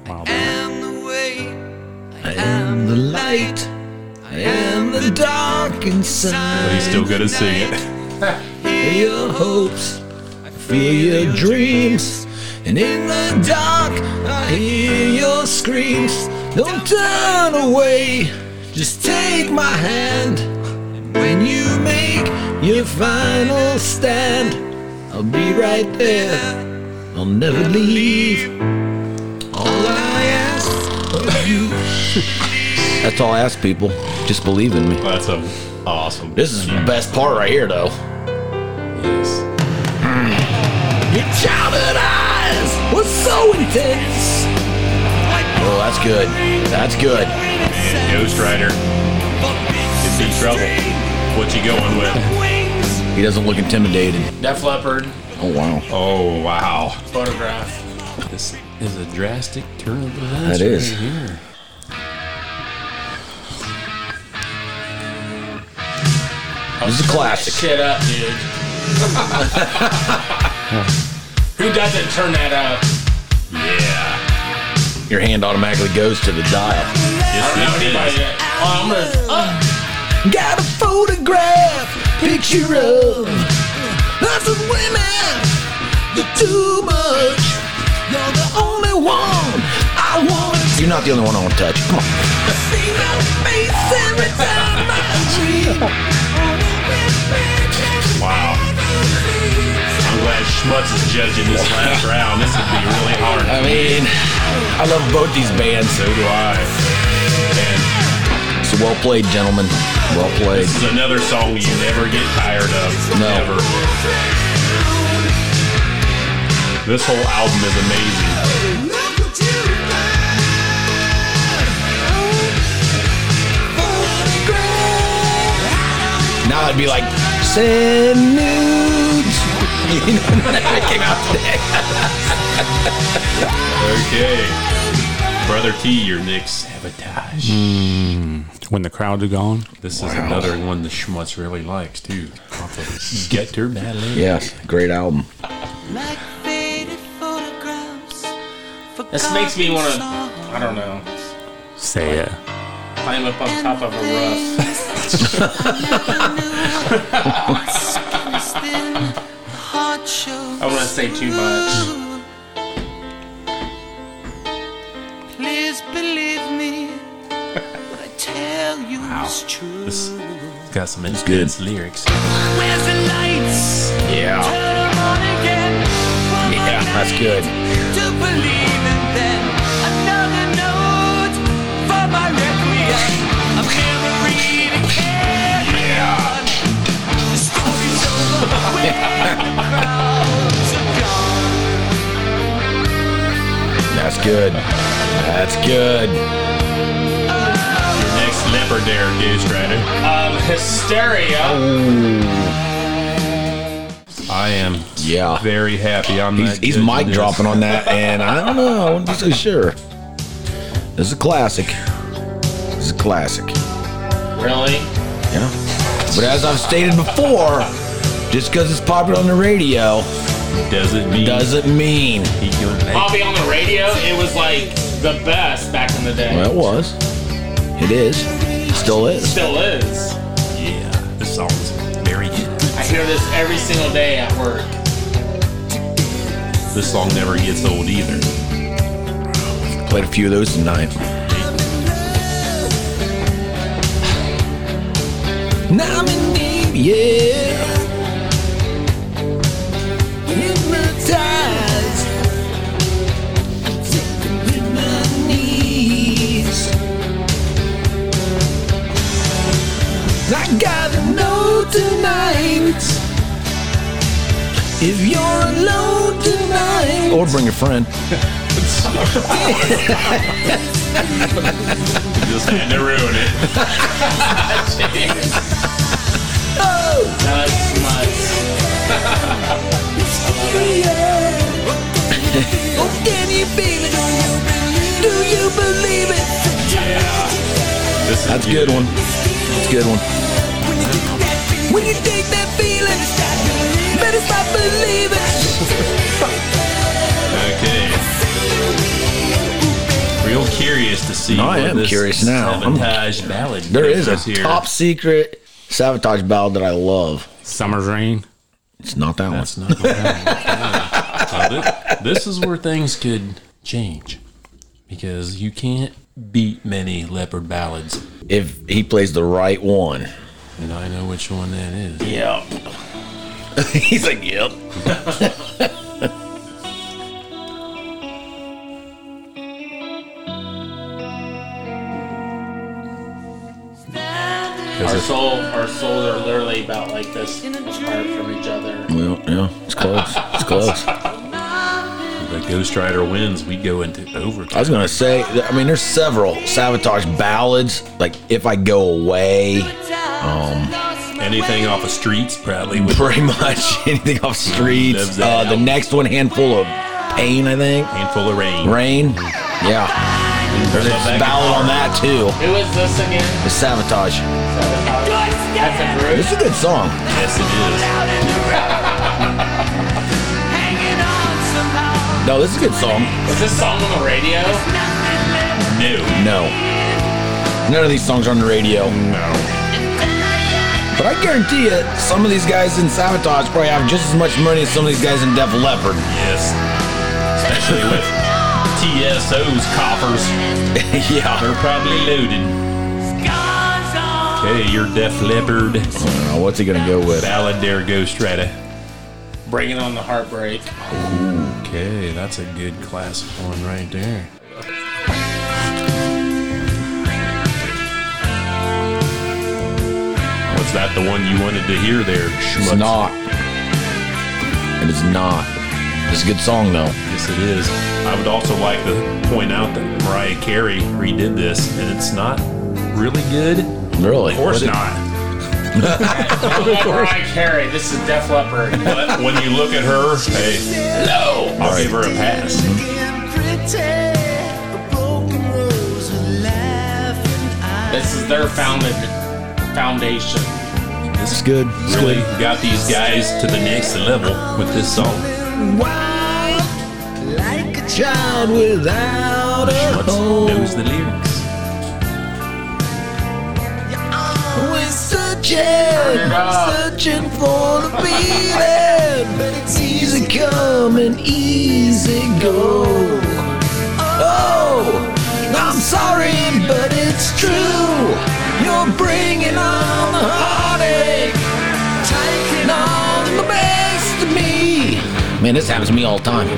Wow.
I am the light. I am the dark inside.
But he's still going to sing it.
Hear your hopes. I fear your dreams. And in the dark, I hear your screams. Don't turn away. Just take my hand. And when you make your final stand, I'll be right there. I'll never leave. All I ask of you.
*laughs* That's all I ask people. Just believe in me.
That's a, awesome.
This is the best part right here, though.
Your childhood eyes were so intense.
Oh, that's good. That's good.
Man, Ghost Rider. It's in trouble. What you going with?
He doesn't look intimidated.
Def Leppard.
Oh wow.
Oh wow.
Photograph.
This is a drastic turn of
That
events.
is.
Right here.
This is a classic.
Shit up, *laughs* dude. Who doesn't turn that up?
Yeah.
Your hand automatically goes to the dial.
I don't know anybody that- Oh, I'm gonna.
Got a photograph, picture of lots of women. You're too much. You're the only one I want to
You're not the only one I want to touch. Come on.
see my face every time I dream.
Wow. I'm glad Schmutz is judging this last round. This would be really hard.
I mean, I love both these bands.
So do I. And
So well played, gentlemen. Well played.
this is another song you never get tired of.
No.
Never. This whole album is amazing.
Now it'd be like, send nudes. *laughs* You know, *laughs* that came out today.
Okay. Brother T, your next sabotage.
When the crowds are gone.
This is another one the Schmutz really likes too. Off of Get Her Badly.
Yes, great album.
This makes me want to. I don't know.
Say it.
Climb up on top of a roof. I want to say too much.
Please believe me. What I tell you is true.
This it's got some intense lyrics.
Where's the lights?
Yeah.
Turn 'em on again.
Yeah, that's good.
To believe in them. Another note for my requiem. A memory to carry on. The story's over when the crowds are gone.
That's good. That's good.
Your next leopard there, Goose Rider.
Um, hysteria.
I am
Yeah.
very happy. I'm
He's,
not
he's
judging
mic
this.
dropping on that, and I don't know. I wouldn't be so sure. This is a classic. This is a classic.
Really?
Yeah. But as I've stated before, just because it's popular on the radio
Doesn't mean
doesn't mean.
he can
I'll be on the radio. It was like the best back in the day.
Well, it was. It is. Still is.
Still is.
Yeah, this song's very good.
I hear this every single day at work.
This song never gets old either.
Played a few of those tonight.
Now I'm in deep, yeah. Hypnotized. I'm taken with my knees. I gotta know tonight if you're alone tonight.
Or bring a friend.
Just had to ruin it.
Oh! Nice, oh, can you feel it? Do you believe it?
That's a good one. That's a good one.
When you take that feeling, better stop believing.
Okay. Real curious to see.
No, I
what
am
this
curious now. I'm-
Sabotage ballad.
There
gives
is a
us here.
top secret sabotage ballad that I love.
Summer's Rain.
It's not that
one. That's *laughs* Uh, thi- this is where things could change because you can't beat many leopard ballads.
If he plays the right one.
And I know which one that is.
Yep. He's like, yep.
Our soul, our souls are literally about like this apart from each other.
Well, yeah, it's close. It's close.
The Ghost Rider wins. We go into overtime.
I was gonna say, I mean, there's several sabotage ballads. Like if I go away, um,
anything off of streets, probably.
Pretty *laughs* much anything off
Loves
streets.
that
Uh, the next one, handful of pain, I think.
Handful of rain.
Rain, yeah. There's a ballad on that too.
Who is this again?
The sabotage.
That's a group.
It's a good song.
Yes, it
is. No, this is a good song.
Is this song on the radio?
No.
No. None of these songs are on the radio. No. But I guarantee you, some of these guys in Sabotage probably have just as much money as some of these guys in
*laughs*
Def Leppard. *laughs*
Yes. Especially with TSO's coffers.
yeah.
They're probably loaded. Okay, your Def Leppard.
what's he gonna go with?
Ballad there, Ghost Rider.
Bringing on the heartbreak.
Okay, that's a good classic one right there. Was that the one you wanted to hear there?
It's not. It is not. It's a good song though.
Yes, it is. I would also like to point out that Mariah Carey redid this, and it's not really good.
Really?
Of course
What did-
not.
Of course. Carey. This is Def Leppard.
But when you look at her, hey,
No.
I'll give her a pass.
This is their founded foundation.
This is good.
Really got these guys to the next level with this song.
Like a child without a
Schmutz knows the lyrics.
Always searching, searching for the feeling, but it's easy come and easy go. Oh, I'm sorry, but it's true. You're bringing on the heartache, taking on the best of me.
Man, this happens to me all the time.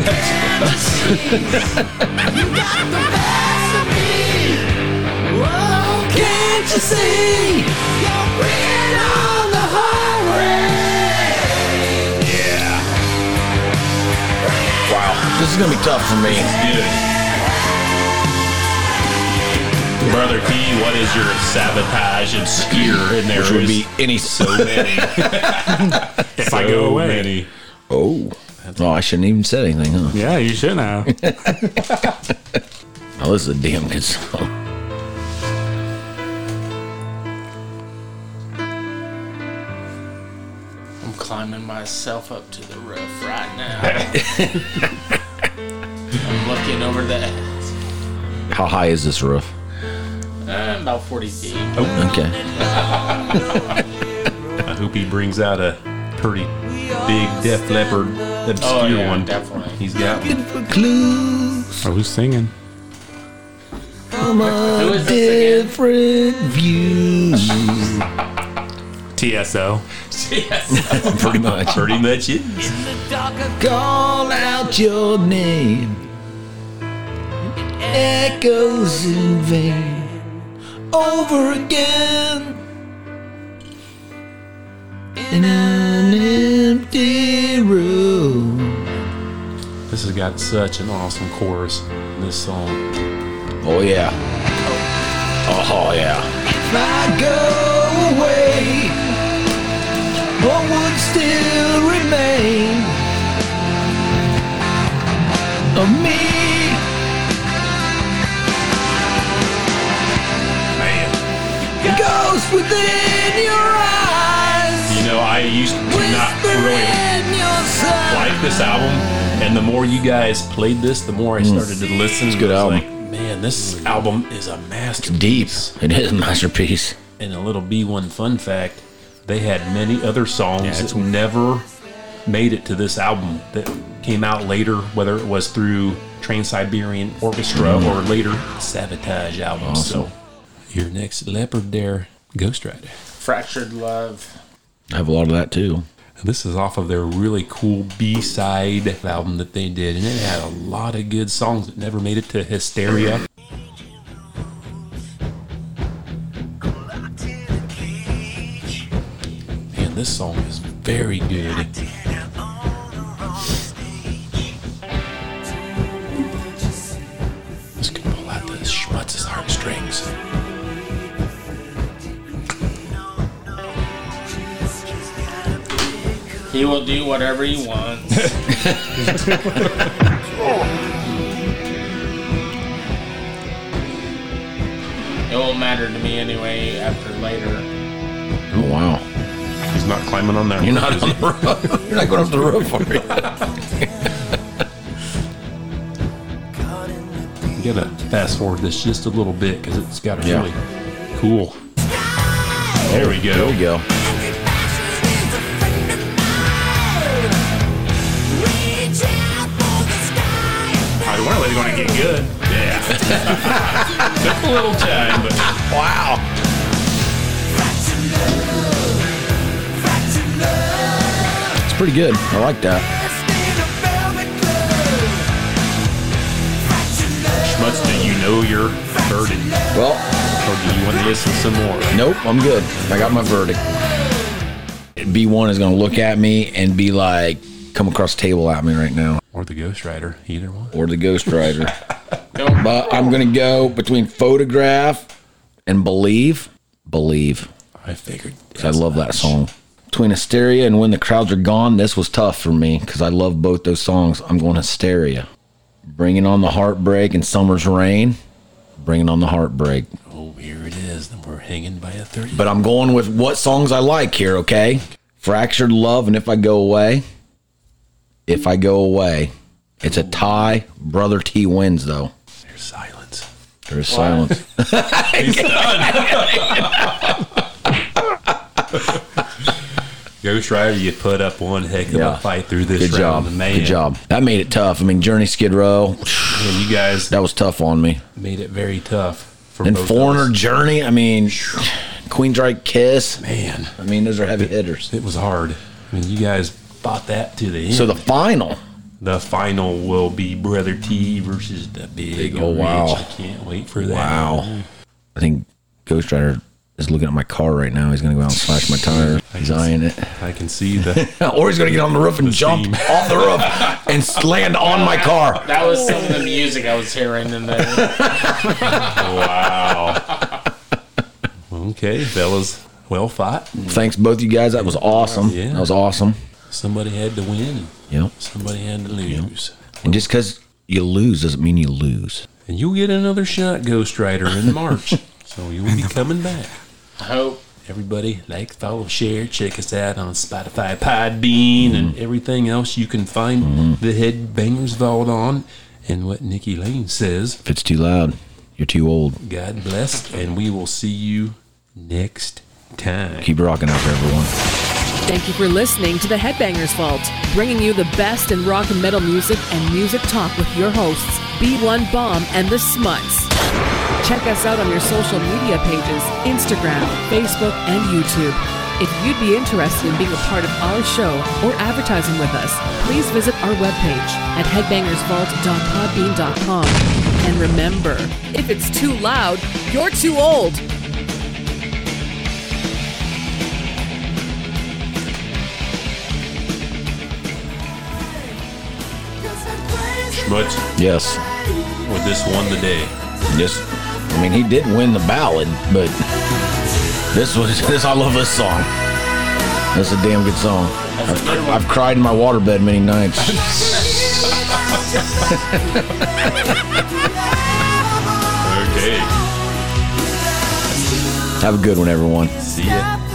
Oh, can't you see? You're bringing on the heartache.
Yeah.
Wow, this is gonna be tough for me.
Brother P, what is your sabotage and obscure in there?
Which would
is
be any-
so many. if
I go away.
Oh. Oh, I shouldn't even said anything, huh?
Yeah, you should *laughs* now.
Oh, this is a damn good song.
I'm climbing myself up to the roof right now. I'm looking over the
How high is this roof?
uh, about 40 feet.
Okay.
I hope he brings out a pretty big Def Leppard obscure
Oh, yeah,
one.
definitely.
He's got
Looking for clues
Are we singing?
from
Who
a
is
different view.
TSO.
Pretty much.
Pretty much it.
Call out your name. Echoes in vain. Over again. In an empty room.
This has got such an awesome chorus in this song.
Oh, yeah. Oh, yeah.
If I go away, what would still remain of me?
Man.
The ghost within your eyes,
You know, I used to not really
in your sun.
like this album, and the more you guys played this, the more I
Mm.
started to listen.
It's a good
I was
album.
Like, Man, this album is a master.
Deep. It is a masterpiece.
And a little B1 fun fact: they had many other songs
Yeah, it's-
that never made it to this album that came out later, whether it was through Train Siberian Orchestra
Mm.
or later Sabotage album.
Awesome.
So, your next Leopard Dare Ghost Rider.
Fractured Love.
I have a lot of that too.
This is off of their really cool B side album that they did, and it had a lot of good songs that never made it to Hysteria. Man, this song is very good. This could pull out the schmutz's heartstrings.
He will do whatever he wants. It won't matter to me anyway after later.
Oh, wow.
He's not climbing on that
You're
roof,
not
is
on
he?
the road. *laughs* You're not going up the road for
You gotta fast forward this just a little bit because it's got a
Yeah.
really cool. There we go.
There we go.
I don't want to going to get good. Yeah. *laughs* Took a little time, but wow.
It's pretty good. I like that.
Schmutz, do you know your burden?
Well,
or do you want to listen some more?
Nope, I'm good. I got my verdict. B1 is going to look at me and be like, come across the table at me right now.
Or the Ghost Rider, either one.
Or the Ghost Rider. but I'm going to go between photograph and believe. Believe.
I figured.
'Cause I love that song. Between Hysteria and When the Crowds Are Gone, this was tough for me because I love both those songs. I'm going Hysteria. Bringing on the Heartbreak and Summer's Rain. Bringing on the Heartbreak.
Oh, here it is. Then we're hanging by a thirty.
But I'm going with what songs I like here, okay? Fractured Love and If I Go Away. If I Go Away. It's a tie. Brother T wins, though.
There's silence.
There's silence.
He's
Ghost Rider, you put up one heck of a fight through this
Good
round.
job.
Man,
Good job. That made it tough. I mean, Journey Skid Row.
And you guys.
That was tough on me.
Made it very tough for
and
both
Foreigner
of us.
Journey. I mean, Queen's Right Kiss.
Man.
I mean, those are heavy hitters.
It was hard. I mean, you guys fought that to the end.
So the final.
The final will be Brother T versus the Big,
Oh,
Ridge.
wow.
I can't wait for that.
Wow. I think Ghost Rider is looking at my car right now. He's going to go out and slash my tire. He's eyeing it. *laughs*
I can see the.
or he's going to get on the roof and jump off
*laughs*
the roof and s- land on my car.
That was some of the music I was hearing in there.
wow. Okay, fellas. Well fought.
Thanks, both you guys. That was awesome.
Yeah.
That was awesome.
Somebody had to win.
Yep.
Somebody had to lose.
And just because you lose doesn't mean you lose.
And you'll get another shot, Ghost Rider, in March. so you will be coming back.
I hope.
Everybody, like, follow, share, check us out on Spotify, Podbean, and everything else you can find the Headbangers Vault on. And what Nikki Lane says,
If it's too loud, you're too old.
God bless, and we will see you next time.
Keep rocking out there, everyone.
Thank you for listening to the Headbangers Vault, bringing you the best in rock and metal music and music talk with your hosts, B1 Bomb and the Smuts. Check us out on your social media pages Instagram, Facebook, and YouTube. If you'd be interested in being a part of our show or advertising with us, please visit our webpage at headbangersvault.podbean.com. And remember, if it's too loud, you're too old.
Schmutz
Yes.
with this one today.
Just, I mean, he did win the ballad, but this was *laughs* this. I love this song. That's a damn good song. I've, I've cried in my waterbed many
*laughs*
nights.
Okay.
Have a good one, everyone.
See ya.